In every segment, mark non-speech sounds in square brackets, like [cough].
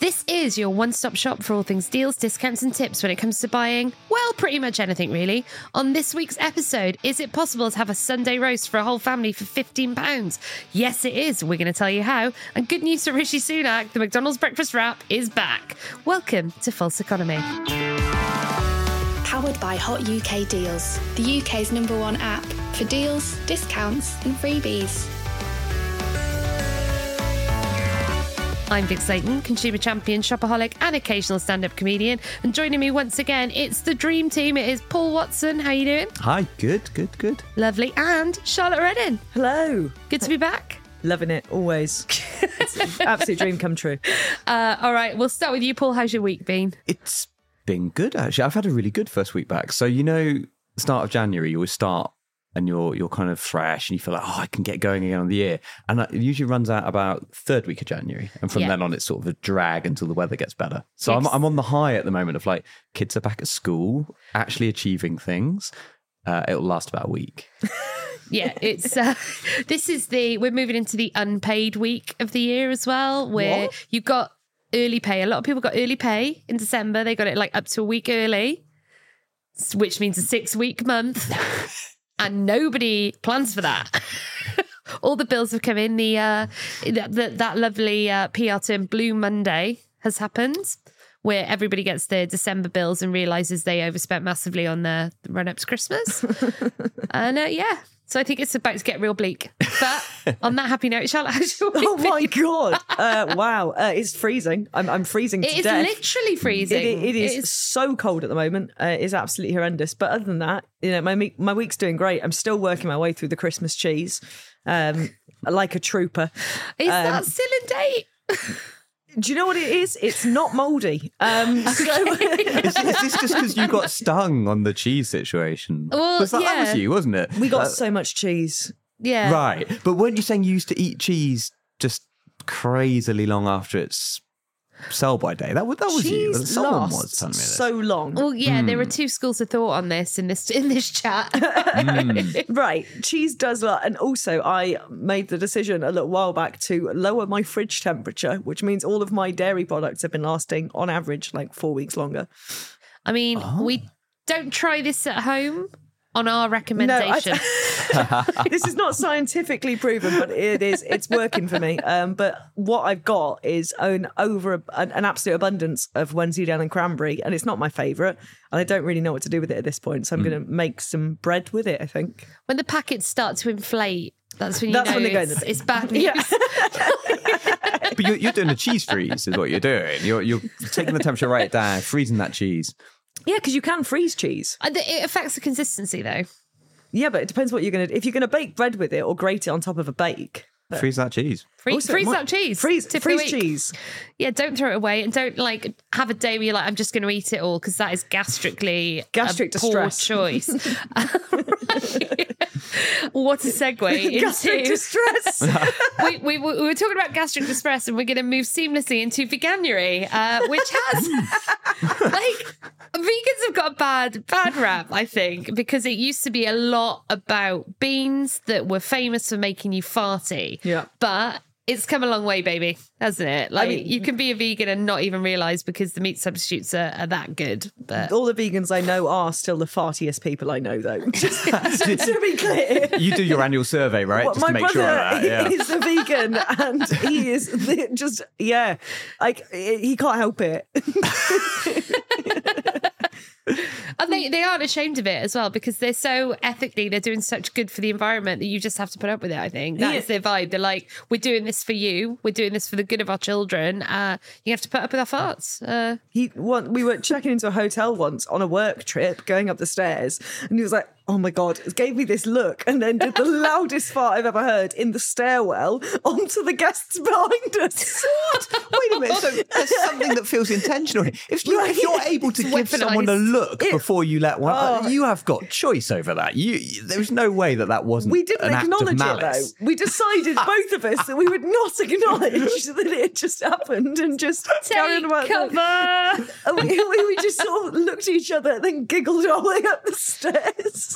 This is your one stop shop for all things deals, discounts, and tips when it comes to buying, well, pretty much anything really. On this week's episode, is it possible to have a Sunday roast for a whole family for £15? Yes, it is. We're going to tell you how. And good news for Rishi Sunak the McDonald's breakfast wrap is back. Welcome to False Economy. Powered by Hot UK Deals, the UK's number one app for deals, discounts, and freebies. I'm Vic Slayton, consumer champion, shopaholic, and occasional stand-up comedian. And joining me once again, it's the dream team. It is Paul Watson. How you doing? Hi, good, good, good. Lovely. And Charlotte Redden. Hello. Good to be back. Loving it always. It's an absolute dream come true. Uh, all right, we'll start with you, Paul. How's your week been? It's been good actually. I've had a really good first week back. So you know, start of January, you always start and you're you're kind of fresh and you feel like oh I can get going again on the year. And that- it usually runs out about third week of January, and from Yeah. then on it's sort of a drag until the weather gets better. So I'm Yes. I'm on the high at the moment of like kids are back at school, actually achieving things. Uh, it'll last about a week. [laughs] Yeah, it's uh, [laughs] this is the we're moving into the unpaid week of the year as well, where you got early pay. A lot of people got early pay in December. They got it like up to a week early, s- which means a six week [laughs] month, and nobody plans for that. [laughs] All the bills have come in. The uh, that that- that lovely uh, PR term Blue Monday has happened. Where everybody gets their December bills and realizes they overspent massively on their run up to [laughs] Christmas. And uh, yeah, so I think it's about to get real bleak. But on that happy note, [laughs] Charlotte, how's your week Oh been? my god! Uh, wow, uh, it's freezing. I'm, I'm freezing to It is death. literally freezing. It- it- it is so cold at the moment. Uh, it's absolutely horrendous. But other than that, you know, my me- my week's doing great. I'm still working my way through the Christmas cheese, um, like a trooper. Is um, that still a [laughs] date? Do you know what it is? It's not mouldy. Um, so- Is, is this just because you got stung on the cheese situation? Well, 'Cause that, that was yeah. you, wasn't it? we got Uh, so much cheese. [laughs] Yeah. Right. But weren't you saying you used to eat cheese just crazily long after its sell by day? That, was that was you. cheese Someone was lasts telling me this. so long. Well, yeah, there are Hmm. two schools of thought on this in this in this chat. [laughs] Right, cheese does lot, and also I made the decision a little while back to lower my fridge temperature, which means all of my dairy products have been lasting on average like four weeks [laughs] longer. I mean, Oh. we don't try this at home on our recommendation. [laughs] this is not scientifically proven, but it is it's working for me. Um, but what I've got is an over an, an absolute abundance of Wednesday down and cranberry, and it's not my favourite, and I don't really know what to do with it at this point. So I'm going to make some bread with it. I think. when the packets start to inflate, that's when you That's know when they go in it's, the- it's [laughs] bad news. But you're, you're doing a cheese freeze, is what you're doing. You're, you're taking the temperature right down, freezing that cheese. Yeah, because you can freeze cheese. And It affects the consistency, though. Yeah, but it depends what you're going to. If you're going to bake bread with it or grate it on top of a bake, Freeze that cheese. Free, Also, it freeze might- up cheese. Freeze, Tip of the freeze week. [laughs] cheese. Yeah, don't throw it away and don't like have a day where you're like, I'm just going to eat it all because that is gastrically Gastric a poor distress. [laughs] choice. [laughs] Right. what a segue Gastric into. distress. [laughs] We, we, we were talking about gastric distress and we're going to move seamlessly into veganuary, uh, which has [laughs] like vegans have got a bad bad rap, I think, because it used to be a lot about beans that were famous for making you farty. Yeah. but. It's come a long way, baby, hasn't it? Like mean- you can be a vegan and not even realize because the meat substitutes are, are that good. But [laughs] All the vegans I know are still the fartiest people I know, though. [laughs] Just to be clear. You do your annual survey, right? Well, Just my to make brother sure [laughs] of that. Yeah. is a vegan and he is the, just, yeah, like he can't help it. and they, they aren't ashamed of it as well because they're so ethically they're doing such good for the environment that you just have to put up with it. I think that's Yeah. their vibe. They're like, we're doing this for you. We're doing this for the good of our children. Uh, you have to put up with our farts. Uh, He one, We were checking into a hotel once on a work trip, going up the stairs, and he was like, Oh my God, gave me this look, and [laughs] then did the loudest fart I've ever heard in the stairwell onto the guests behind [laughs] us. Wait a minute. So there's something that feels intentional. here. If, you, if you're able to give someone a weaponised. look before you let one, Oh. you have got choice over that. You, there's no way that that wasn't. We didn't an acknowledge act of it malice. though. We [laughs] decided both of us that we would not acknowledge [laughs] that it just happened and just carried on take about that. cover. And we, we, we just sort of looked at each other and then giggled our way up the stairs.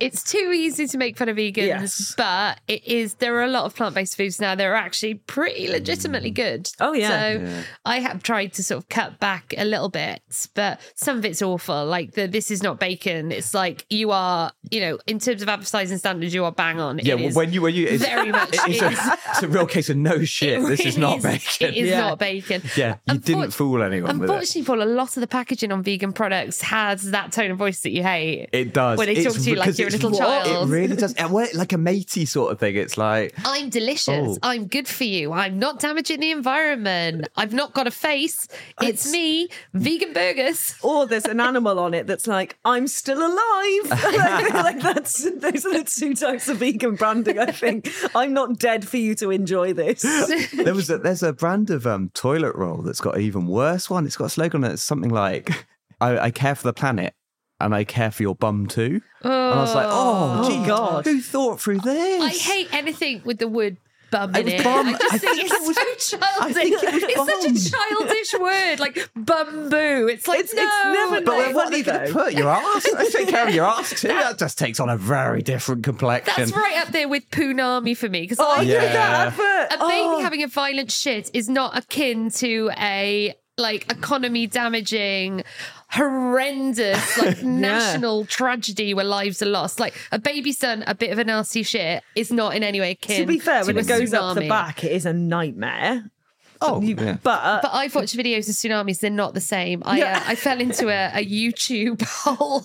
It's too easy to make fun of vegans, Yes. but it is. There are a lot of plant based foods now that are actually pretty legitimately good. Oh, yeah. So I have tried to sort of cut back a little bit, but some of it's awful. Like the this is not bacon. It's like you are, you know, in terms of advertising standards, you are bang on. Yeah, It is when you when you it's, [laughs] very much. it's, it a, is- it's a real case of no [laughs] shit. it this is not really It bacon. is Yeah. not bacon. Yeah, you didn't Unfortu- fool anyone with it. Unfortunately, Paul, a lot of the packaging on vegan products has that tone of voice that you hate. It does. When they It's talk to you like because you're a it's little what- child. It really does. And when, like a matey sort of thing. It's like I'm delicious. Oh. I'm good for you. I'm not damaging the environment. I've not got a face. It's, me, vegan burgers. [laughs] Or there's an animal on it that's like, I'm still alive. [laughs] like, like that's those are the two types of vegan branding, I think. I'm not dead for you to enjoy [laughs] this. there was a, there's a brand of um, toilet roll that's got an even worse one. It's got a slogan that's something like, I, "I care for the planet." And I care for your bum too. And I was like, oh, Oh, gee, God. who thought through this? I hate anything with the word bum in was it. bum. I just I think think it's it was- so I childish. think it was it's such a childish word, like bamboo. It's like It's- it's no, never like, But Like, what are funny you going to though. put your ass? I take care of your [laughs] ass too. That just takes on a very different complexion. that's right up there with punami for me because Oh, I yeah. yeah. that advert. Oh, a baby having a violent shit is not akin to a like economy damaging [laughs] horrendous like national tragedy where lives are lost like a baby's done a bit of a nasty shit is not in any way akin to be fair, when a it goes up the tsunami. back, it is a nightmare. Oh, You- yeah. But, uh, but I've watched videos of tsunamis. They're not the same. I Yeah. uh, I fell into a, a YouTube [laughs] [laughs] hole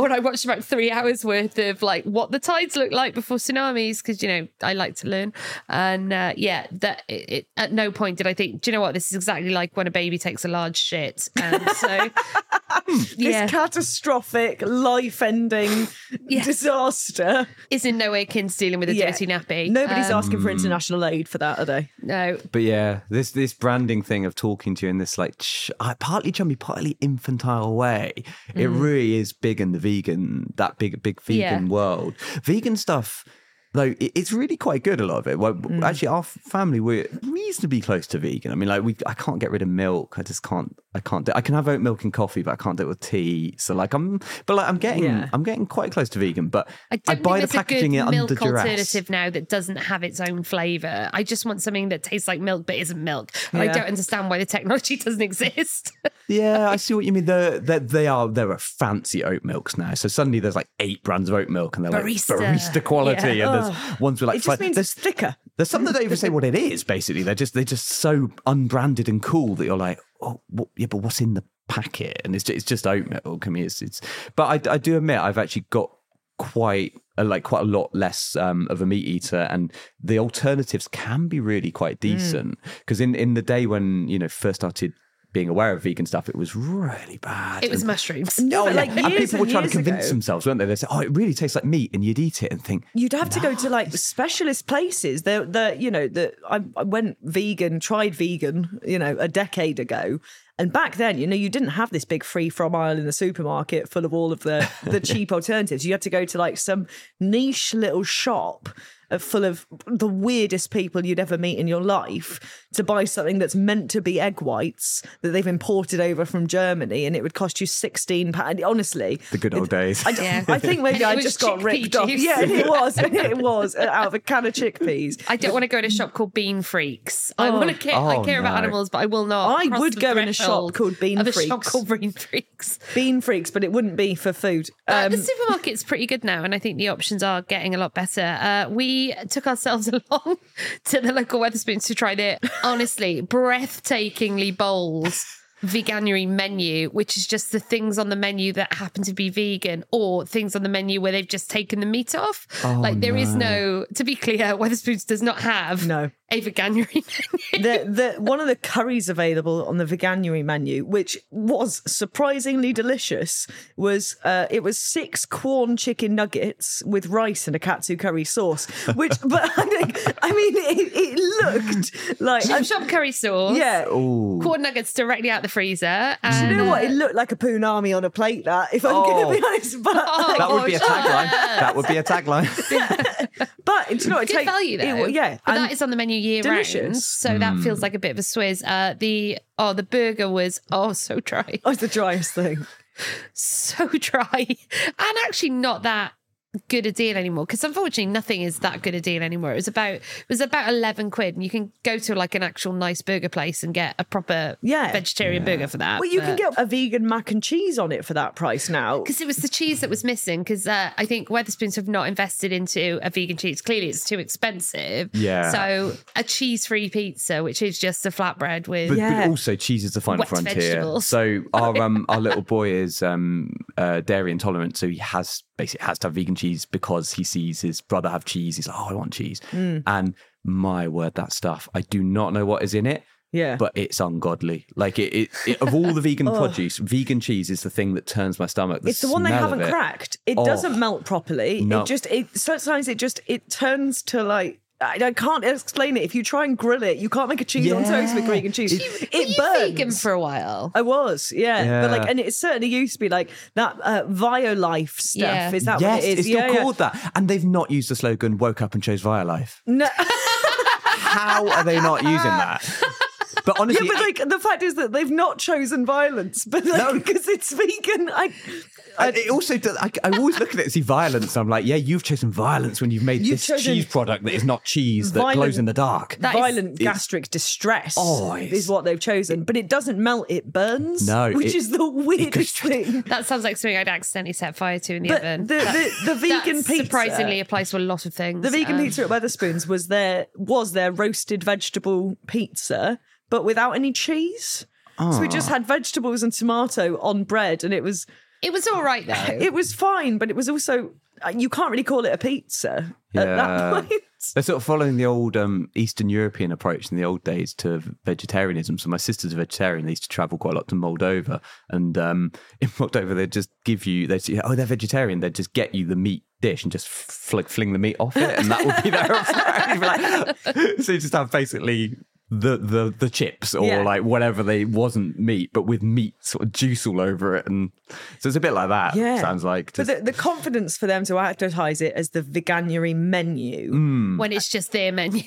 when I watched about three hours worth of like what the tides look like before tsunamis because you know I like to learn. And uh, yeah, that it, it, at no point did I think, do you know what? This is exactly like when a baby takes a large shit. And [laughs] so yeah, Hmm. this catastrophic, life-ending [laughs] Yes. disaster. is in no way akin to dealing with a Yeah. dirty nappy. Nobody's Um, asking for international aid for that, are they? no. But yeah, this this branding thing of talking to you in this like ch- uh, partly chummy, partly infantile way, it really is big in the vegan that big big vegan Mm. Yeah. world. Vegan stuff though, it, it's really quite good. A lot of it. Well, Mm. actually, our family we're reasonably close to vegan. I mean, like we, I can't get rid of milk. I just can't. I can't. Do, I can have oat milk and coffee, but I can't do it with tea. So like I'm, but like I'm getting, Yeah. I'm getting quite close to vegan. But I I, don't buy the think there's packaging a good it milk under duress. alternative now that doesn't have its own flavour. I just want something that tastes like milk but isn't milk. And I Yeah. don't understand why the technology [laughs] doesn't exist. Yeah, I see what you mean. They're, they're, they are there are fancy oat milks now. So suddenly there's like eight brands of oat milk, and they're Barista. like barista quality, Yeah. and there's ones with like Oh. It just fla- means there's it's thicker. there's some that don't even say what it is. Basically, they're just they're just so unbranded and cool that you're like, oh what, yeah, but what's in the packet? And it's just, it's just oat milk. I mean, it's it's. But I, I do admit I've actually got quite a, like quite a lot less um, of a meat eater, and the alternatives can be really Mm. quite decent because in in the day when you know first started. Being aware of vegan stuff, it was really bad. It was And- mushrooms. No, Oh, but yeah. like and years people were and trying to years convince ago- themselves, weren't they? They said, "Oh, it really tastes like meat," and you'd eat it and think, You'd have to go to like specialist places. The the you know the I, I went vegan, tried vegan, you know, a decade ago, and back then, you know, you didn't have this big free from aisle in the supermarket full of all of the the cheap alternatives. You had to go to like some niche little shop uh, full of the weirdest people you'd ever meet in your life to buy something that's meant to be egg whites that they've imported over from Germany, and it would cost you sixteen pound. Honestly, "The good old days." I, d- Yeah. I think maybe And it I was just got chickpea ripped off. juice. Yeah, it [laughs] was. It was uh, out of a can of chickpeas. I don't want to go to a shop called Bean Freaks. I want to care. I Oh, care about no. animals, but I will not. I cross would the go in a shop threshold called Bean of A shop Freaks. called Bean Freaks. Bean freaks, but it wouldn't be for food. Uh, Um, the supermarket's pretty good now, and I think the options are getting a lot better. Uh, we took ourselves [laughs] along to the local Weatherspoons to try their honestly breathtakingly bowls veganuary menu, which is just the things on the menu that happen to be vegan, or things on the menu where they've just taken the meat off. Oh, like there is no, to be clear, [laughs] Weatherspoons does not have No. a veganuary [laughs] menu. the, the one of the curries available on the veganuary menu, which was surprisingly delicious, was uh, it was six corn chicken nuggets with rice and a katsu curry sauce. Which, but I think, I mean, it, it looked like uh, Chip shop curry sauce. yeah. Ooh. Corn nuggets directly out the freezer. And, You know what? uh, It looked like a punami on a plate. That, if I'm Oh. going to be honest, but Oh. That would be a Oh, shut tagline. That would be a [laughs] tagline. but do you know, what? it good take- value though. it- yeah, but and- that is on the menu year round, delicious. so that feels like a bit of a swizz. Uh, the oh, the burger was oh so dry. Oh, it's the driest thing. [laughs] so dry and actually not that good a deal anymore because unfortunately nothing is that good a deal anymore it was about it was about 11 quid and you can go to like an actual nice burger place and get a proper Yeah. vegetarian burger for that Well, you can get a vegan mac and cheese on it for that price now. because it was the cheese that was missing. Because uh, I think Weatherspoons have not invested into a vegan cheese. Clearly, it's too expensive. Yeah. So a cheese-free pizza, which is just a flatbread with But, Yeah. but also cheese is the final Wet frontier. vegetables. [laughs] So our um our little boy is um uh, dairy intolerant, so he has basically has to have vegan cheese because he sees his brother have cheese. He's like, oh, I want cheese. Mm. And my word, that stuff! I do not know what is in it. Yeah. but it's ungodly. Like it, it, it of all the [laughs] vegan produce, vegan cheese is the thing that turns my stomach. it's the one they smell haven't of it. cracked. It Oh. doesn't melt properly. No. It just it sometimes it just it turns to like I, I can't explain it. If you try and grill it, you can't make a cheese on toast with Yeah. vegan cheese. It, Were you burns. vegan for a while. I was, yeah. But like, Yeah. and it certainly used to be like that uh, Violife stuff. Yeah. Is that yes, what it is? it's yeah, still yeah. called that, and they've not used the slogan "woke up and chose via life." No. [laughs] How are they not using that? But Yeah, honestly, but like the fact is that they've not chosen violence, but like No. because it's vegan, I I, it also, does, I, I always look at it and see violence. And I'm like, yeah, you've chosen violence when you've made You've this chosen cheese product that is not cheese that violent- glows in the dark. That is- violent gastric distress Oh, it's- is what they've chosen. But it doesn't melt; it burns. No, which it- is the weirdest thing. That sounds like something I'd accidentally set fire to in the But the, oven. the, the vegan that pizza surprisingly applies to a lot of things. The vegan Um, pizza at Weatherspoons was their was their roasted vegetable pizza, but without any cheese. So we Ah. just had vegetables and tomato on bread, and it was It was all right [laughs] though. it was fine, but it was also uh, you can't really call it a pizza at Yeah. that [laughs] point. They're sort of following the old um, Eastern European approach in the old days to vegetarianism. So my sister's a vegetarian. They used to travel quite a lot to Moldova, and um, [laughs] in Moldova they'd just give you they'd say, oh they're vegetarian. They'd just get you the meat dish and just fl- fling the meat off it, and that would be their [laughs] approach. [laughs] You'd be like- so you just have basically. The, the the chips or Yeah. like whatever they wasn't meat but with meat sort of juice all over it and so it's a bit like that Yeah. sounds like But just, the, the confidence for them to advertise it as the veganuary menu when it's just their menu.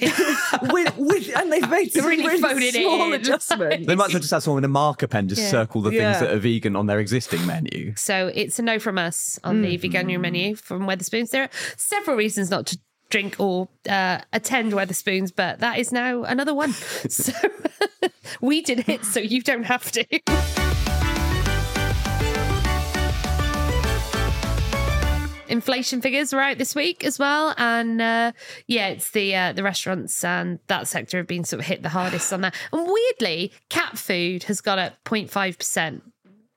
with, with and they've made some Really really, phoned it in. small adjustments. they might as well just have someone with a marker pen just Yeah. circle the Yeah. things that are vegan on their existing menu so it's a no from us on the veganuary menu from Weatherspoons. There are several reasons not to drink or uh, attend Weatherspoons, but that is now another one. so [laughs] we did it, so you don't have to. Inflation figures were out this week as well, and uh, yeah, it's the uh, the restaurants and that sector have been sort of hit the hardest on that. And weirdly, cat food has gone up 0.5 percent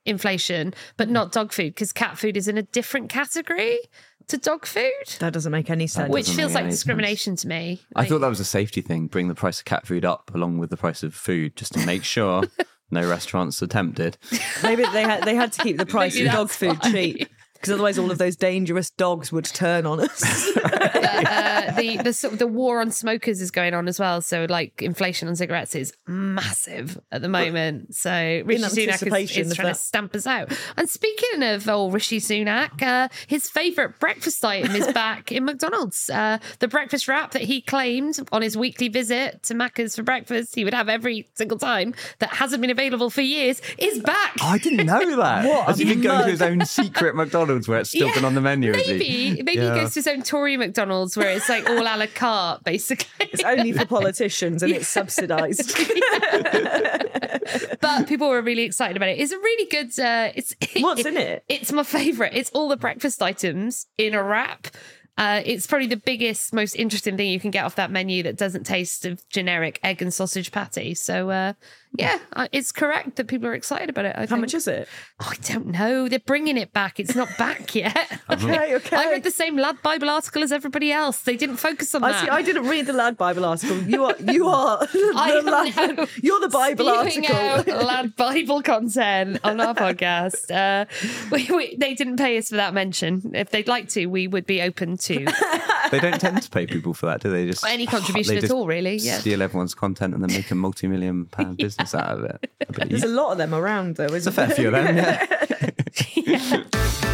inflation, but not dog food because cat food is in a different category to dog food, that doesn't make any sense. which doesn't feels make like any sense. discrimination to me. I thought that was a safety thing. Bring the price of cat food up along with the price of food, just to make sure [laughs] no restaurants are tempted. Maybe they had they had to keep the price Maybe of dog that's food why. cheap because otherwise all of those dangerous dogs would turn on [laughs] us. uh, [laughs] the the sort of the war on smokers is going on as well. So like inflation on cigarettes is massive at the moment. So Rishi Sunak is, anticipation is of trying to that. stamp us out. And speaking of old Rishi Sunak, uh, his favourite breakfast item is back in McDonald's. Uh, the breakfast wrap that he claimed on his weekly visit to Macca's for breakfast, he would have every single time that hasn't been available for years, is back. I didn't know that. What Has he a been going mug. to his own secret McDonald's where it's still Yeah, been on the menu? has he? Maybe maybe Yeah. he goes to his own Tory McDonald's where it's like all a la carte, basically. It's only for politicians and it's subsidised. but people were really excited about it. It's a really good. Uh, it's [laughs] What's in it? It's my favorite. It's all the breakfast items in a wrap. Uh, it's probably the biggest, most interesting thing you can get off that menu that doesn't taste of generic egg and sausage patty. So uh, yeah, I- it's correct that people are excited about it. I How much [laughs] is it? I don't know. They're bringing it back. It's not back [laughs] yet. Okay, okay. I read the same Lad Bible article as everybody else. They didn't focus on I that. see. I didn't read the Lad Bible article. You are, [laughs] you are [laughs] the I am Lad- now You're the Bible spewing out [laughs] article. lad Bible content on our [laughs] podcast. Uh, we, we, they didn't pay us for that mention. If they'd like to, we would be open [laughs] to They don't tend to pay people for that, do they? Just Any contribution they at just all, really, yeah. Steal everyone's content and then make a [laughs] multi-million pound business out of it. I bet you- There's a lot of them around, though, It's a isn't fair there? few of them. Yeah. [laughs]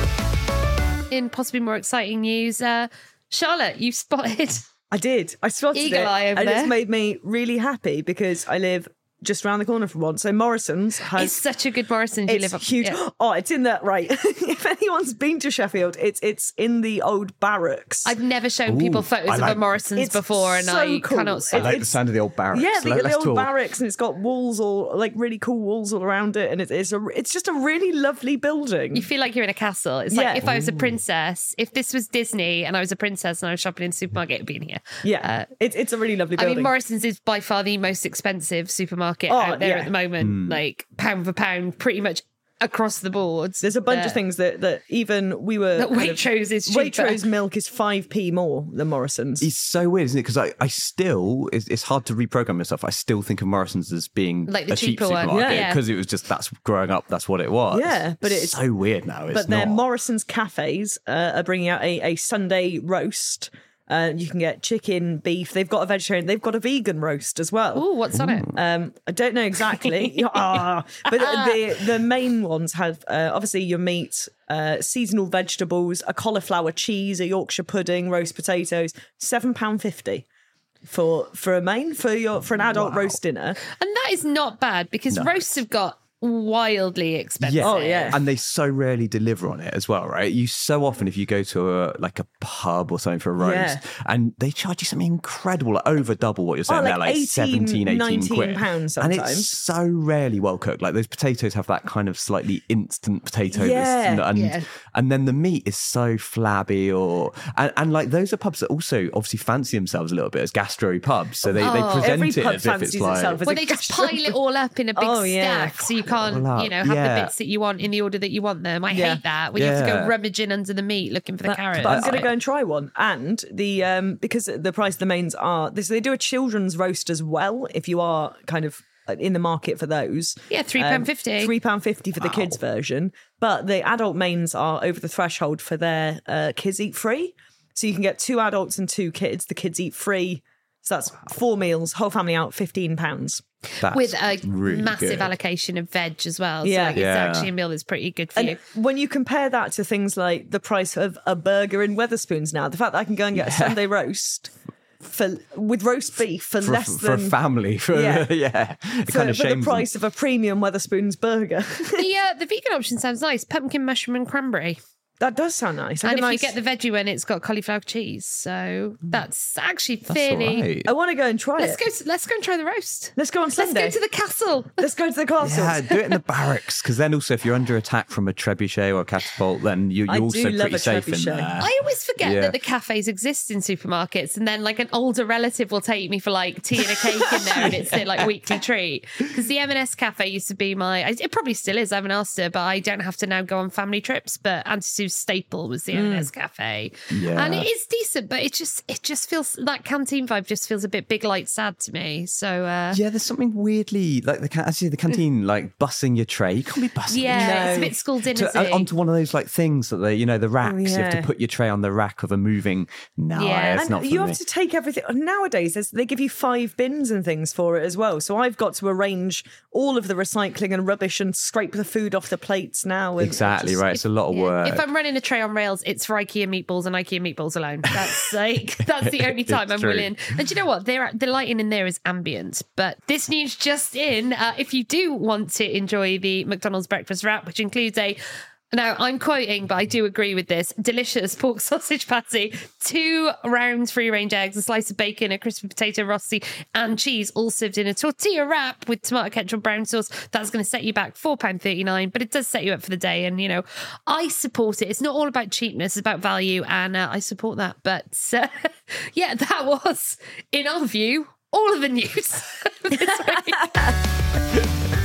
in possibly more exciting news. Uh, Charlotte, you spotted I did. I spotted Eagle it, eye over and there. it's made me really happy because I live just round the corner from one. So Morrison's has It's such a good Morrison's you it's live up huge. yeah. Oh, it's in that right. [laughs] if anyone's been to Sheffield, it's it's in the old barracks. I've never shown people Ooh, photos I of like- a Morrison's It's before, and so I cool. cannot I stop. like the It's- sound of the old barracks. yeah, Let- the, the let's old talk. barracks, and it's got walls all like really cool walls all around it, and it's it's a it's just a really lovely building. You feel like you're in a castle. It's Yeah. like if I was a princess, if this was Disney and I was a princess and I was shopping in the supermarket, it'd be in here. yeah, Uh, it's it's a really lovely I building. mean, Morrison's is by far the most expensive supermarket Oh, out there yeah. at the moment, Hmm. like pound for pound, pretty much across the board. There's a bunch that- of things that that even we were that kind of- Waitrose is cheaper. uh, Waitrose milk is five p more than Morrison's. It's so weird, isn't it? Because I, I still, it's, it's hard to reprogram myself. I still think of Morrison's as being Like the a cheap cheaper one. supermarket Yeah. because it was just that's growing up, that's what it was. Yeah, but it's- so weird now. It's but their not. Morrison's cafes uh, are bringing out a, a Sunday roast. Uh, you can get chicken, beef. They've got a vegetarian. They've got a vegan roast as well. Ooh, what's on it? Um, I don't know exactly, Yeah, ah. but the the main ones have uh, obviously your meat, uh, seasonal vegetables, a cauliflower cheese, a Yorkshire pudding, roast potatoes, seven pound fifty for for a main for your for an adult roast dinner. And that is not bad because roasts have got wildly expensive. Yeah. Oh, yeah. And they so rarely deliver on it as well, right? You so often, if you go to a like a pub or something for a roast, Yeah. and they charge you something incredible, like over double what you're saying. Oh, They're like like 17, 18 19 quid. pounds And sometimes. it's so rarely well cooked. Like those potatoes have that kind of slightly instant potato. that's- Yeah. and, Yeah. and then the meat is so flabby or, and, and like those are pubs that also obviously fancy themselves a little bit as gastro pubs. So they, they present Oh, Every it pub as if it's fancies like. itself as Well, a they just gastro- pile it all up in a big Oh, yeah. stack, so you it can't, all up. you know, have the Yeah. bits that you want in the order that you want them. I Yeah. hate that when you have to Yeah. go rummaging under the meat looking for the carrots. But I'm going to go and try one. And the um because the price of the mains are this they do a children's roast as well if you are kind of uh, in the market for those. Um, Yeah, £3.50. Three pound fifty for the kids version, but the adult mains are over the threshold for their uh, kids eat free. So you can get two adults and two kids. The kids eat free. So that's four meals, whole family out, fifteen pounds. that's with a really massive good. allocation of veg as well. So Yeah. like, Yeah. it's actually a meal that's pretty good for And you. when you compare that to things like the price of a burger in Weatherspoons now, the fact that I can go and get a Sunday roast for with roast beef for, for, less for a than family. [laughs] For, Yeah. yeah. It for, kind of for the shames them. price of a premium Weatherspoons burger. [laughs] the uh, the vegan option sounds nice: pumpkin, mushroom, and cranberry. that does sound nice. Like And a if nice- Mm. you get the veggie one, it's got cauliflower cheese. So that's actually That's all fairly. right. I want to go and try Let's it. go. To, let's go and try the roast. Let's go on Let's Sunday. go to the castle. Let's go to the castle. Yeah, do it [laughs] in the barracks because then also if you're under attack from a trebuchet or a catapult, then you, you're I do also love pretty a safe in trebuchet. there. I always forget Yeah. that the cafes exist in supermarkets, and then like an older relative will take me for like tea and a cake in there, and it's their like weekly treat. Because the M&S cafe used to be my, I- it probably still is. I haven't asked her, but I don't have to now go on family trips. But Auntie Sue's staple was the M&S cafe, Mm. Yeah. and it is decent, but it just it just feels that canteen vibe just feels a bit big light sad to me. So uh, yeah, there's something weirdly like the can- actually the Mm. canteen like bussing your tray. You can't be bussing. yeah, your it's a No. bit school dinner. tray. To, uh, onto one of those like things that they, you know, the racks. You have to yeah. put your tray on the rack of a moving. No, Yeah. it's and not for you me. have to take everything nowadays there's- they give you five bins and things for it as well so i've got to arrange all of the recycling and rubbish and scrape the food off the plates now and exactly right. It's a lot of work. If I'm running a tray on rails, it's for IKEA meatballs and IKEA meatballs alone. That's like [laughs] that's the only time It's I'm true. willing. And do you know what? There, the lighting in there is ambient. But this news just in: uh, if you do want to enjoy the McDonald's breakfast wrap, which includes a now I'm quoting, but I do agree with this. Delicious pork [laughs] sausage patty, two round free range eggs, a slice of bacon, a crispy potato rosti, and cheese, all served in a tortilla wrap with tomato ketchup brown sauce. That's going to set you back £4.39, but it does set you up for the day. And, you know, I support it. It's not all about cheapness, it's about value. And uh, I support that. But uh, [laughs] yeah, that was, in our view, all of the news. this week. [laughs]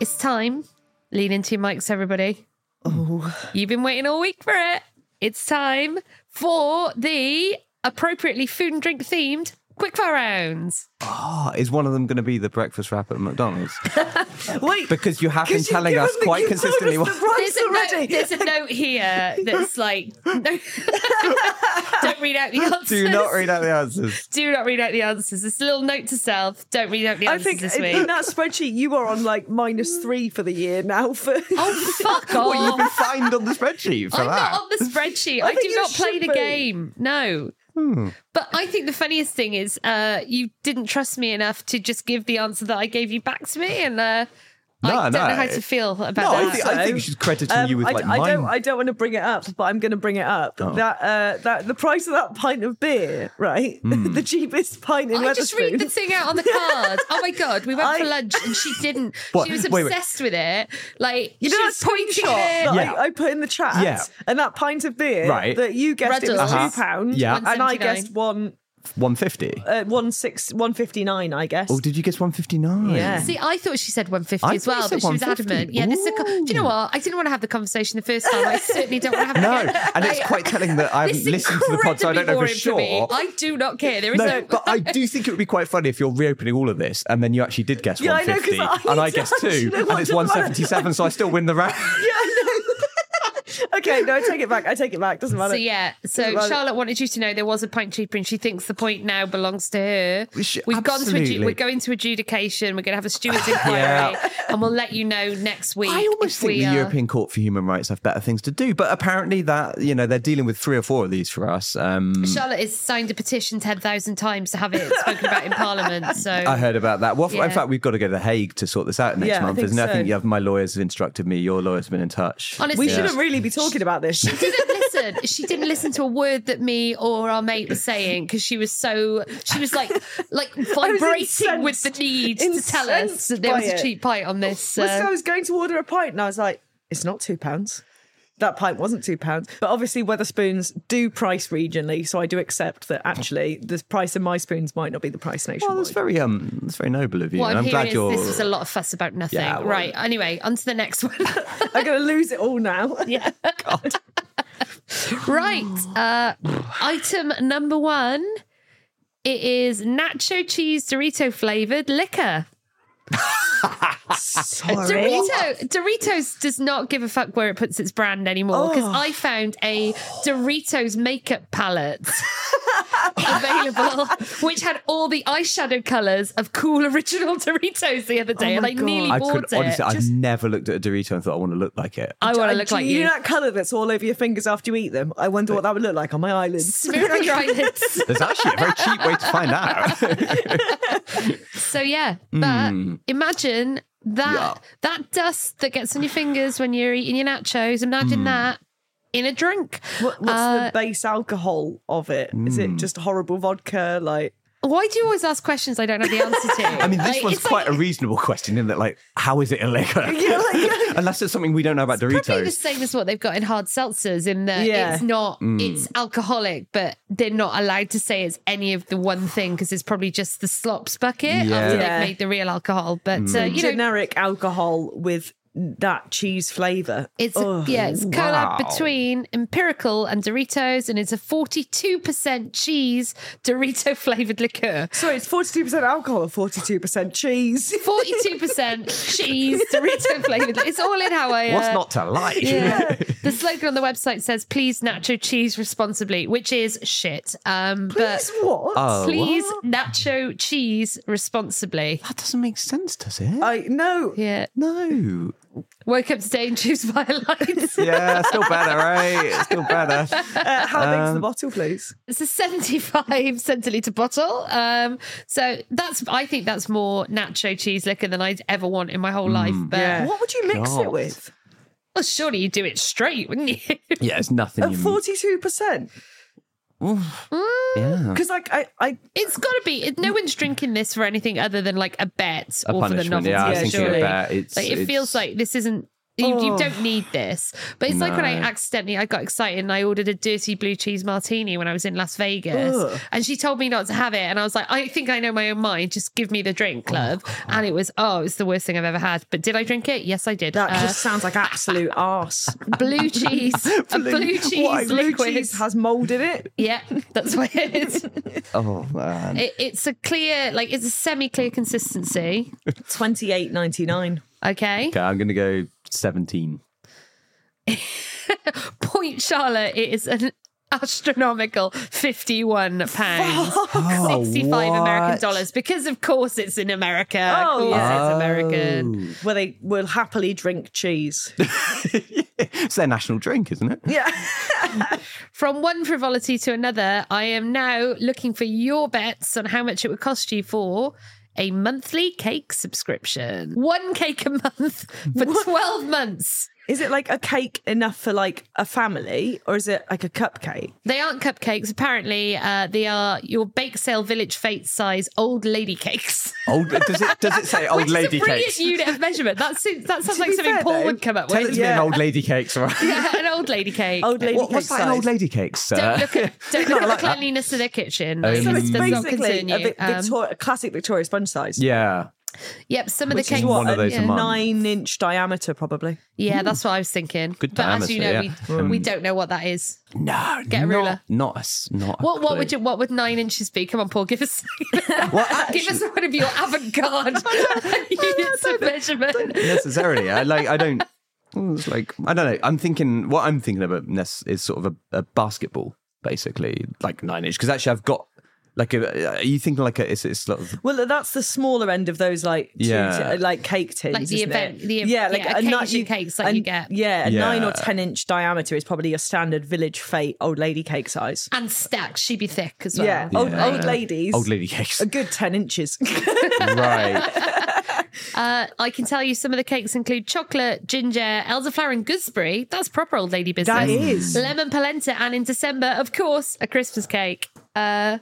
It's time. Lean into your mics, everybody. Oh. You've been waiting all week for it. It's time for the appropriately food and drink themed quickfire rounds. Ah, is one of them going to be the breakfast wrap at [laughs] McDonald's? wait Because you have been you've telling given us the- quite you've told us consistently. the what- price There's a, note, already. there's a note here that's like, no. [laughs] don't read out the answers. [laughs] Do not read out the answers. Do not read out the answers. It's a little note to self. Don't read out the I answers think this in, week. Mm. [laughs] in that spreadsheet you are on like minus three for the year now. [laughs] For oh, fuck off. What [laughs] you've been fined on the spreadsheet for [laughs] I'm that? not on the spreadsheet. I, think do you not play should the be. game. No. But I think the funniest thing is uh, you didn't trust me enough to just give the answer that I gave you back to me, and uh, No, I don't no. know how to feel No, about I that. think, I think she's crediting you with Um, I, like I mine. don't. I don't want to bring it up, but I'm going to bring it up. Oh. That uh, that the price of that pint of beer, right? [laughs] Hmm. the cheapest pint in I just read Wetherspoon. the thing out on the card. Oh my god, we went for I- lunch and she didn't. What? She was Wait, wait. obsessed with it. Like [laughs] You she know that was pointing screenshot it. that Yeah. I, I put in the chat, Yeah. and that pint of beer Right. Uh-huh. that you guessed it was Ruddles. two pound, Yeah. and I 179. guessed one One fifty. uh, one six one fifty nine. I guess. Oh, did you guess one fifty nine? Yeah. See, I thought she said 150 I as thought well, she but said she was 150. adamant. Yeah, this is a co- do you know what? I didn't want to have the conversation the first time. I certainly don't want to have it No, again. and it's Like, quite telling that I this haven't is listened to the pod, so I don't know for incredibly boring sure. me. I do not care. There is No, no, but [laughs] I do think it would be quite funny if you're reopening all of this and then you actually did guess Yeah, I know, 'cause 150 I and I need to guessed actually two know and what it's to write. 177, so I still win the [laughs] round. [laughs] okay, no, I take it back. I take it back. Doesn't matter. so yeah, so Doesn't matter. Charlotte wanted you to know there was a pint cheaper, and she thinks the point now belongs to her. We should- We've gone to adju- absolutely. we're going to adjudication. We're going to have a steward's inquiry, [laughs] Yeah. and we'll let you know next week. I almost if think we the are- European Court for Human Rights have better things to do, but apparently that you know they're dealing with three or four of these for us. Um, Charlotte has signed a petition ten thousand times to have it spoken about in Parliament. So [laughs] I heard about that. Well, Yeah. in fact, we've got to go to The Hague to sort this out next Yeah, I month, think isn't it? I think so. you have my lawyers have instructed me. Your lawyers have been in touch. Honestly, we Yeah. shouldn't really be talking [laughs] about this. she didn't listen. She didn't listen to a word that me or our mate was saying because she was so she was like like [laughs] vibrating with the incensed- need to tell us incensed that there was by a it. cheap pint on this. Well, so I Uh, was going to order a pint and I was like, it's not two pounds. That pint wasn't two pounds. But obviously Weatherspoons do price regionally, so I do accept that actually the price of my spoons might not be the price Well, nationwide. that's very um, that's very noble of you, what and I'm I'm hearing glad is you're. this was a lot of fuss about nothing. Yeah, well- right. Anyway, on to the next one. [laughs] I'm gonna lose it all now. [laughs] yeah. right. Uh, item number one. It is nacho cheese Dorito flavored liquor. Dorito, Doritos does not give a fuck where it puts its brand anymore because Oh. I found a Doritos makeup palette [laughs] available, which had all the eyeshadow colors of cool original [laughs] Doritos the other day, and my I nearly Oh I bought could it. honestly, I've Just- never looked at a Dorito and thought I want to look like it. I want to look Do like You you. know that colour that's all over your fingers after you eat them? I wonder what that would look like on my eyelids. Smear [laughs] on your eyelids. There's actually a very cheap way to find [laughs] out. So yeah, but imagine that Hmm. Yeah. that dust that gets on your fingers when you're eating your nachos. Imagine Hmm. that in a drink. [laughs] What, what's Uh, the base alcohol of it? Is it just horrible vodka? Like Why do you always ask questions I don't know the answer to? [laughs] I mean, this Like, one's it's like- quite a reasonable question, isn't it? Like, how is it [laughs] a liquor? [laughs] Unless it's something we don't know about Probably the Doritos. same as what they've got in hard seltzers, in that Yeah. it's not Mm. it's alcoholic, but they're not allowed to say it's any of the one thing because it's probably just the slops bucket Yeah. Mm. after Yeah. they've made the real alcohol. But uh, you know, generic alcohol with that cheese flavour. it's Ugh. yeah, it's collab wow. between Empirical and Doritos, and it's a forty-two percent cheese Dorito flavored liqueur. Sorry, it's 42% alcohol and 42% cheese. [laughs] [laughs] 42% cheese, Dorito flavored. It's all in how I. What's uh, not to like? Yeah. the slogan on the website says please nacho cheese responsibly, which is shit. Um Please, but what? [laughs] Oh, please what? nacho cheese responsibly. That doesn't make sense, does it? I no. uh, Yeah. no. Woke up today and [laughs] choose violence. Yeah, still better, right? Still better. [laughs] Uh, how Um, big's the bottle, please? It's a 75 centiliter bottle. Um, so that's I think that's more nacho cheese liquor than I'd ever want in my whole life. Mm, But What would you mix God. it with? well, surely you do it straight, wouldn't you? [laughs] Yeah, it's nothing. At forty-two percent, yeah. because like I, I It's got to be. it- No one's drinking this for anything other than like a bet A or for the punishment, novelty. yeah, I was thinking surely. about it's- like, it it's- feels like this isn't. You, Oh. you don't need this, but it's like when I No. accidentally I got excited and I ordered a dirty blue cheese martini when I was in Las Vegas, Ugh. and she told me not to have it, and I was like, I think I know my own mind. Just give me the drink, love. and it was oh, it was the worst thing I've ever had. But did I drink it? Yes, I did. that Uh, just sounds like absolute arse. [laughs] [laughs] blue cheese, a blue cheese What, [laughs] blue liquid. cheese has mold in it. yeah, that's what it [laughs] is. Oh man. It, it's a clear, like it's a semi-clear consistency. Twenty-eight ninety-nine. Okay. Okay, I'm gonna go seventeen. [laughs] Point Charlotte is an astronomical 51 pounds. 65 American what? dollars because of course it's in America. Oh, of course yeah. Oh. it's American. Where they [laughs] will happily drink cheese. It's their national drink, isn't it? Yeah, [laughs] From one frivolity to another, I am now looking for your bets on how much it would cost you for a monthly cake subscription. One cake a month for 12 months. Is it like a cake enough for like a family, or is it like a cupcake? They aren't cupcakes. Apparently, uh, they are your bake sale village fate size old lady cakes. Old, does it does [laughs] it say old Which lady is a brilliant cakes? unit of measurement. That, seems, that sounds To like be something fair, Paul though, would come up Tell it with. to be an Yeah. old lady cakes, right? Yeah, an old [laughs] lady cake. Old lady What, cake what's that? An size. old lady cakes, sir. Don't look at [laughs] don't look at like the that. cleanliness of their kitchen. Um, It So it's does not concern basically a, you. Vic- Um, Victor- a classic Victoria sponge size. yeah, yep, some of the Which is cakes. what, One of those a yeah. month. nine inch diameter, probably. Yeah, that's what I was thinking. Good but as you know, diameter, we, we Mm. don't know what that is. no, Get a ruler. Not, not, a s- not a What what would clue. you what would nine inches be? Come on, Paul, give us [laughs] Well, give us one of your [laughs] avant-garde [laughs] units of measurement. necessarily. I like. I don't. oh, It's like I don't know. I'm thinking what I'm thinking about Ness is sort of a, a basketball, basically, like nine inch. Because actually, I've got like a. Are you thinking like a? It's it's sort of Well, that's the smaller end of those, like two- uh, Yeah. like cake tins, Like the isn't event- it? the- yeah, ni- occasion cakes that a- you get. Yeah, a Yeah. nine or ten inch diameter is probably your standard village fate old lady cake size. And stacked, she'd be thick as well. Yeah, old, Yeah. old ladies, old lady cakes, [laughs] a good ten [laughs] inches. right? Uh, I can tell you some of the cakes include chocolate, ginger, elderflower, and gooseberry. That's proper old lady business. That is. Lemon polenta, and in December, of course, a Christmas cake. Uh,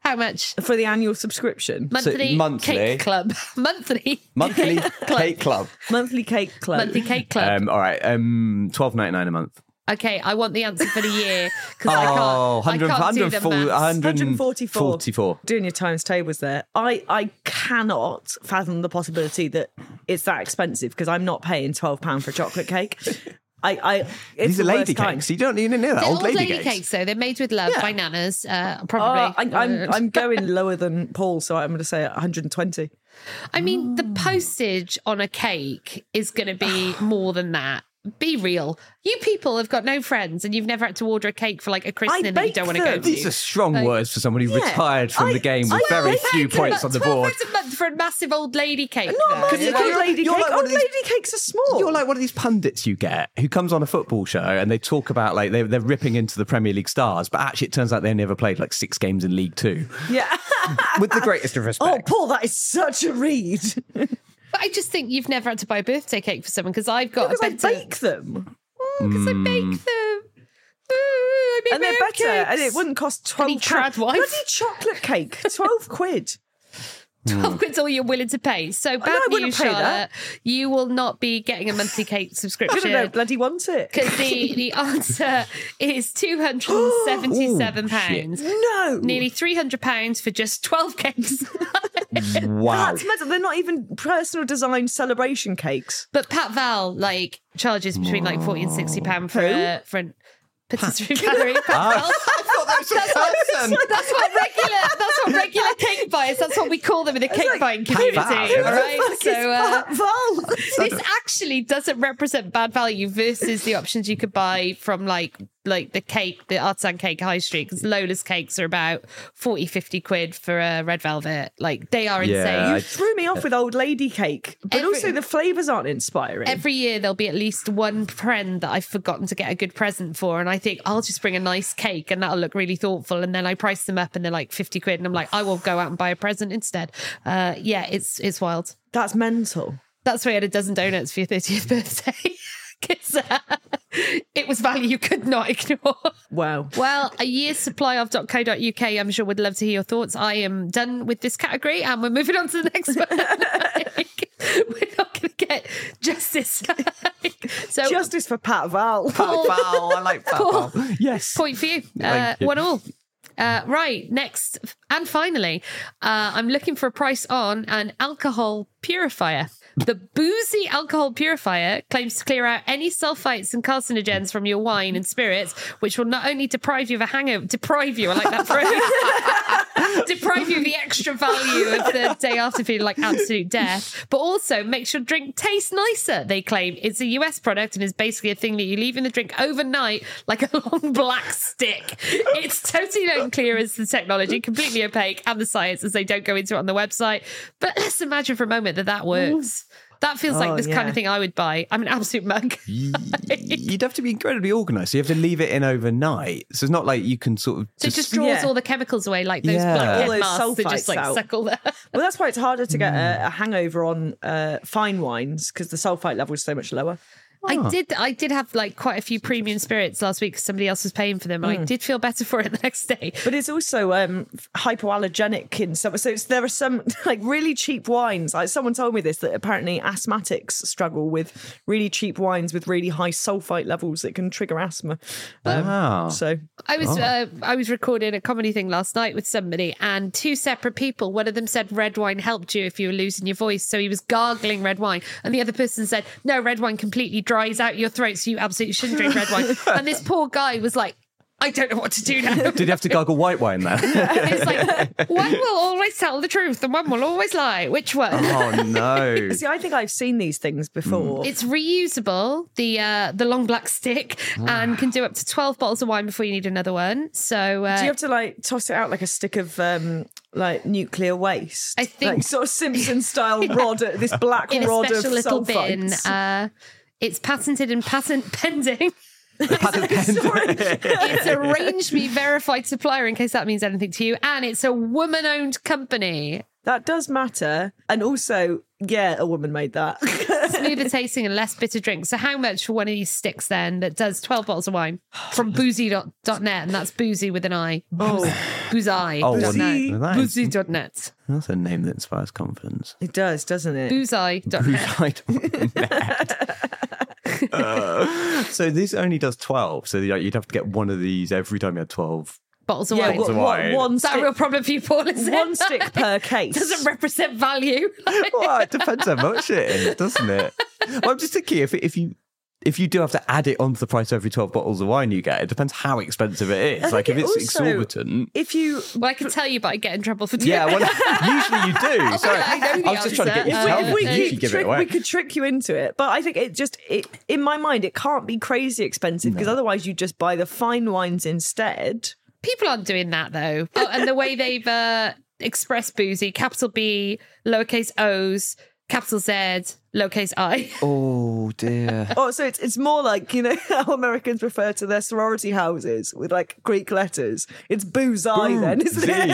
how much? for the annual subscription, Monthly, monthly. cake club. [laughs] monthly. Monthly cake club. monthly cake club. Monthly cake club. Um, all right. Um, twelve ninety nine a month. okay, I want the answer for the year because I can't. Oh, I 100, can't do the 140 maths. 144. 144. Doing your times tables there. I, I cannot fathom the possibility that it's that expensive because I'm not paying £12 for a chocolate cake. I, I it's These are the lady worst time. cakes. You don't even know that. They're Old lady, cakes. though. They're made with love by nanas, uh, Oh, probably. I, I'm, I'm going lower than Paul, so I'm going to say 120. I mean, Oh. the postage on a cake is going to [sighs] be more than that. Be real. You people have got no friends and you've never had to order a cake for like a christening that you baked don't want to them. go to. These are strong words for somebody retired from I- the game with I- very I- few points on the board. pounds a month for a massive old lady cake. though. Because you're old like- you're- lady you're cake. like one old of these- lady cakes are small. You're like one of these pundits you get who comes on a football show and they talk about like they're, they're ripping into the Premier League stars, but actually it turns out they never played like six games in League [laughs] Two. yeah. With the greatest of oh, respect. Paul, that is such a [laughs] read. But I just think you've never had to buy a birthday cake for someone because I've got Because a I better. bake them. Because Hmm. I bake them. Ooh, I make And my they're own better. And it cakes. wouldn't cost Any 12 trad wife? Bloody chocolate cake. 12 quid. 12 quid's all you're willing to pay. So bad I wouldn't news, pay Charlotte. that. You will not be getting a monthly cake [laughs] I don't know, subscription. bloody want it. Because the, the answer is two hundred and seventy seven pounds. No. Nearly three hundred pounds for just twelve cakes. [laughs] wow. That's mad. They're not even personal design celebration cakes. but Pat Val like charges between like forty and sixty pounds for a, for an patisserie gallery. Pat Val. That's what, that's what regular that's what regular cake buyers. That's what we call them in the cake buying community. Val. All right. Fuck, it's So uh, Pat Val. this actually doesn't represent bad value versus the options you could buy from like like the cake the artisan cake high street because lola's cakes are about 40 50 quid for a red velvet like they are insane Yeah, I- [laughs] Threw me off with old lady cake, but Every- also the flavours aren't inspiring. Every year there'll be at least one friend that I've forgotten to get a good present for, and I think I'll just bring a nice cake and that'll look really thoughtful. And then I price them up, and they're like fifty quid, and I'm like, I will go out and buy a present instead. Uh, yeah, it's it's wild. That's mental. That's why I had a dozen donuts for your 30th birthday. [laughs] Because uh, it was value you could not ignore. Wow. Well, a year's supply of .co.uk, I'm sure would love to hear your thoughts. I am done with this category and we're moving on to the next [laughs] one. Like, we're not going to get justice. [laughs] Like, so, Justice for Pat [laughs] Val. Pat [laughs] Val. I like Pat [laughs] Val. Yes. point for you. Uh, Thank you. one all. Uh, right, next and finally, uh, I'm looking for a price on an alcohol purifier. The boozy alcohol purifier claims to clear out any sulfites and carcinogens from your wine and spirits, which will not only deprive you of a hangover, deprive you, I like [laughs] that phrase, deprive you of the extra value of the day after feeling like absolute death, but also makes your drink taste nicer, they claim. It's a US product and is basically a thing that you leave in the drink overnight like a long black stick. It's totally unclear as to the technology, completely opaque, and the science as they don't go into it on the website. But let's imagine for a moment that that works. That feels like Oh, this kind yeah. of thing I would buy. I'm an absolute mug. [laughs] Y- You'd have to be incredibly organised. So you have to leave it in overnight. So it's not like you can sort of So it just draws Yeah. all the chemicals away, like those Yeah. blackhead All those masks that just sulfites like out. suck all that. Well, that's why it's harder to get a, a hangover on uh, fine wines because the sulfite level is so much lower. I did. I did have like quite a few premium spirits last week. 'cause Somebody else was paying for them, and I did feel better for it [laughs] the next day. But it's also um, hypoallergenic in some. So it's, there are some [laughs] like really cheap wines. Like someone told me this that apparently asthmatics struggle with really cheap wines with really high sulfite levels that can trigger asthma. Um, Wow. Oh, So I was uh, I was recording a comedy thing last night with somebody, and two separate people. One of them said red wine helped you if you were losing your voice, so he was gargling red wine, and the other person said no, red wine completely dries out your throat, so you absolutely shouldn't drink red wine. And this poor guy was like, I don't know what to do now. [laughs] Did you have to gargle white wine [laughs] there? it's like one will always tell the truth and one will always lie. Which one? oh no. [laughs] see, I think I've seen these things before. Mm. It's reusable, the uh, the long black stick, and can do up to twelve bottles of wine before you need another one. So uh, Do you have to like toss it out like a stick of um like nuclear waste? I think- like, sort [laughs] of Simpson style rod, uh, this black in a rod special of little bin. sulfites. Uh, it's patented and patent pending. [laughs] it's arranged me verified supplier in case that means anything to you, and it's a woman owned company. That does matter, and also, yeah, a woman made that. [laughs] Smoother tasting and less bitter drink. So how much for one of these sticks then that does twelve bottles of wine from boozy.net and that's boozy with an I. oh, Boozeye. Oh, dot net. well, that is- Boozeye.net. That's a name that inspires confidence. it does, doesn't it? Boozeye.net. [laughs] I don't know. [laughs] Uh, so this only does 12. So like, you'd have to get one of these every time you had 12. bottles of yeah, wine. what, of what, wine. one is that a stick, real problem for you, Paul? Is it? [laughs] [laughs] one stick per case. doesn't represent value. [laughs] Well, it depends how much it is, doesn't it? Well, I'm just thinking if, if you. If you do have to add it onto the price of every 12 bottles of wine you get, it depends how expensive it is. Like, if think it it's also- [laughs] exorbitant. if you well, I can tell you, but I get in trouble for doing Yeah, well, [laughs] it. usually you Oh, do. So I know I the was just trying to get you answer. to If tell we- me if we that you keep should give trick, it away. we could trick you into it, but I think it just it in my mind it can't be crazy expensive because otherwise you just buy the fine [laughs] wines instead. People aren't doing that though. Oh, and the way they've uh, expressed boozy, capital B, lowercase O's, capital Z, lowercase I. [laughs] Oh, dear. [laughs] Oh, so it's it's more like you know [laughs] how Americans refer to their sorority houses with like Greek letters. It's booze eye then, isn't it?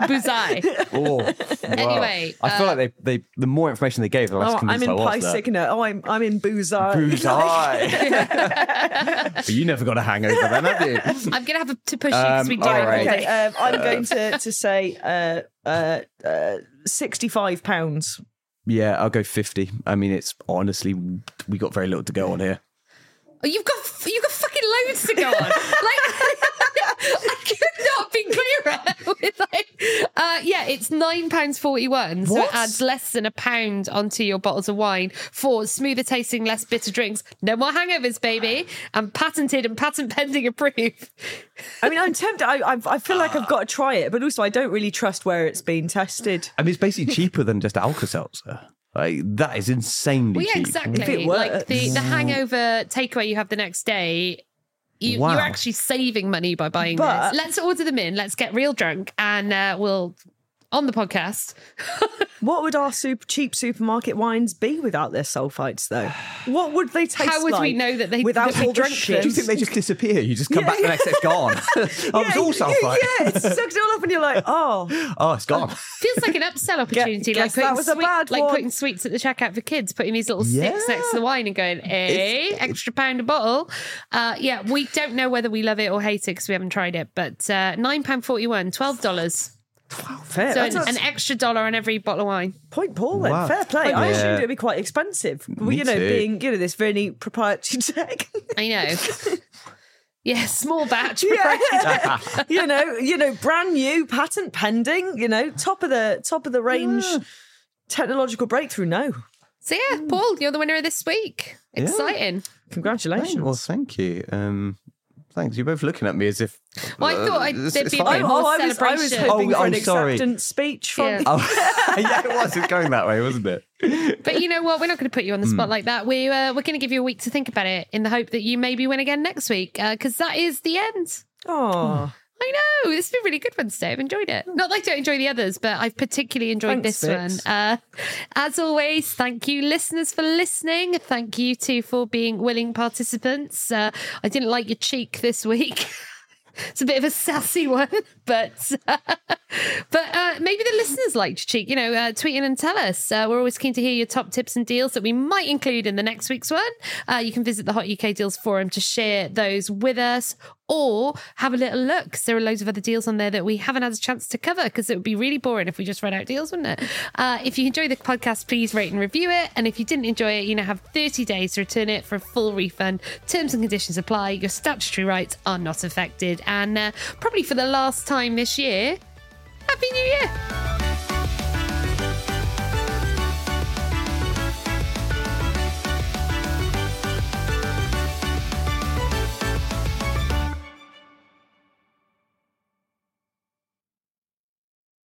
Boozeye. Oh, [laughs] wow. Anyway, I feel like they, they the more information they gave, the less [laughs] uh, Oh, I'm convinced in I Pi was. that- Cygna. Oh, I'm I'm in booze eye. Booze [laughs] eye. but you never got a hangover then, have you? um, I'm going to have to push you because Um, we do it all right. all Okay, day. um, I'm Uh, going to to say uh, uh, uh, sixty five pounds. [laughs] Yeah, I'll go fifty. I mean, it's honestly we got very little to go on here. Oh, You've got you've got fucking loads to go [laughs] on. like I could not be clearer. With like, uh, yeah, it's nine pounds forty one. So it What? adds less than a pound onto your bottles of wine for smoother tasting, less bitter drinks. No more hangovers, baby. And patented and patent pending approved. I mean, I'm tempted. I, I I feel like I've got to try it, but also I don't really trust where it's been tested. I mean, it's basically cheaper than just Alka Seltzer. Like that is insanely Well, yeah, cheap. exactly. If it like the, works. the hangover takeaway you have the next day. You, Wow. You're actually saving money by buying But- this. Let's order them in. Let's get real drunk, and uh, we'll on the podcast. What would our super cheap supermarket wines be without their sulfites, though? What would they taste like? How would we know that they- without that we all the drank shit? Do you think they just disappear? You just come Yeah, back the yeah. next day, it's gone. [laughs] oh, it's all yeah, sulfite. yeah, it sucks it all up, and you're like, oh, Oh, it's gone. Feels like an [laughs] upsell opportunity, like, guess that putting, was a sweet- bad like one. putting sweets at the checkout for kids, putting these little sticks Yeah. next to the wine and going, eh, extra pound a bottle. Uh, yeah, we don't know whether we love it or hate it because we haven't tried it, but uh, £9.41, $12. fair. So That's an, an extra dollar on every bottle of wine. point, Paul. Then Wow. fair play. I Yeah. assumed it'd be quite expensive. Well, Me you know, too. being you know this very proprietary [laughs] tech. I [laughs] know. yeah, small batch. [laughs] yeah, you know, you know, brand new, patent pending. You know, top of the top of the range. Technological breakthrough. No, So yeah, Paul, you're the winner of this week. Exciting. congratulations. Well, thank you. Um, thanks. You're both looking at me as if. Well, I thought Uh, I'd, it's- there'd it's be a fine. bit more Oh, I was, I was celebration. hoping Oh, for an oh, sorry. acceptance speech from Yeah. [laughs] Oh, [laughs] yeah, it was. It's going that way, wasn't it? But you know what? We're not going to put you on the spot Hmm. like that. We uh, we're going to give you a uh, week to think about it in the hope that you maybe win again next week because that is the end. Oh, I know. This has been really good one today. I've enjoyed it. Not that I don't enjoy the others, but I've particularly enjoyed Thanks, this Vix. one. Uh, as always, thank you, listeners, for listening. Thank you, too, for being willing participants. Uh, I didn't like your cheek this week. [laughs] It's a bit of a sassy [laughs] one, but but uh, maybe the listeners liked your cheek. You know, uh, tweet in and tell us. Uh, we're always keen to hear your top tips and deals that we might include in the next week's one. Uh, you can visit the Hot UK Deals forum to share those with us, or have a little look. 'cause there are loads of other deals on there that we haven't had a chance to cover because it would be really boring if we just read out deals, wouldn't it? Uh, if you enjoy the podcast, please rate and review it. And if you didn't enjoy it, you now have 30 days to return it for a full refund. Terms and conditions apply. Your statutory rights are not affected. And uh, probably for the last time this year, Happy New Year!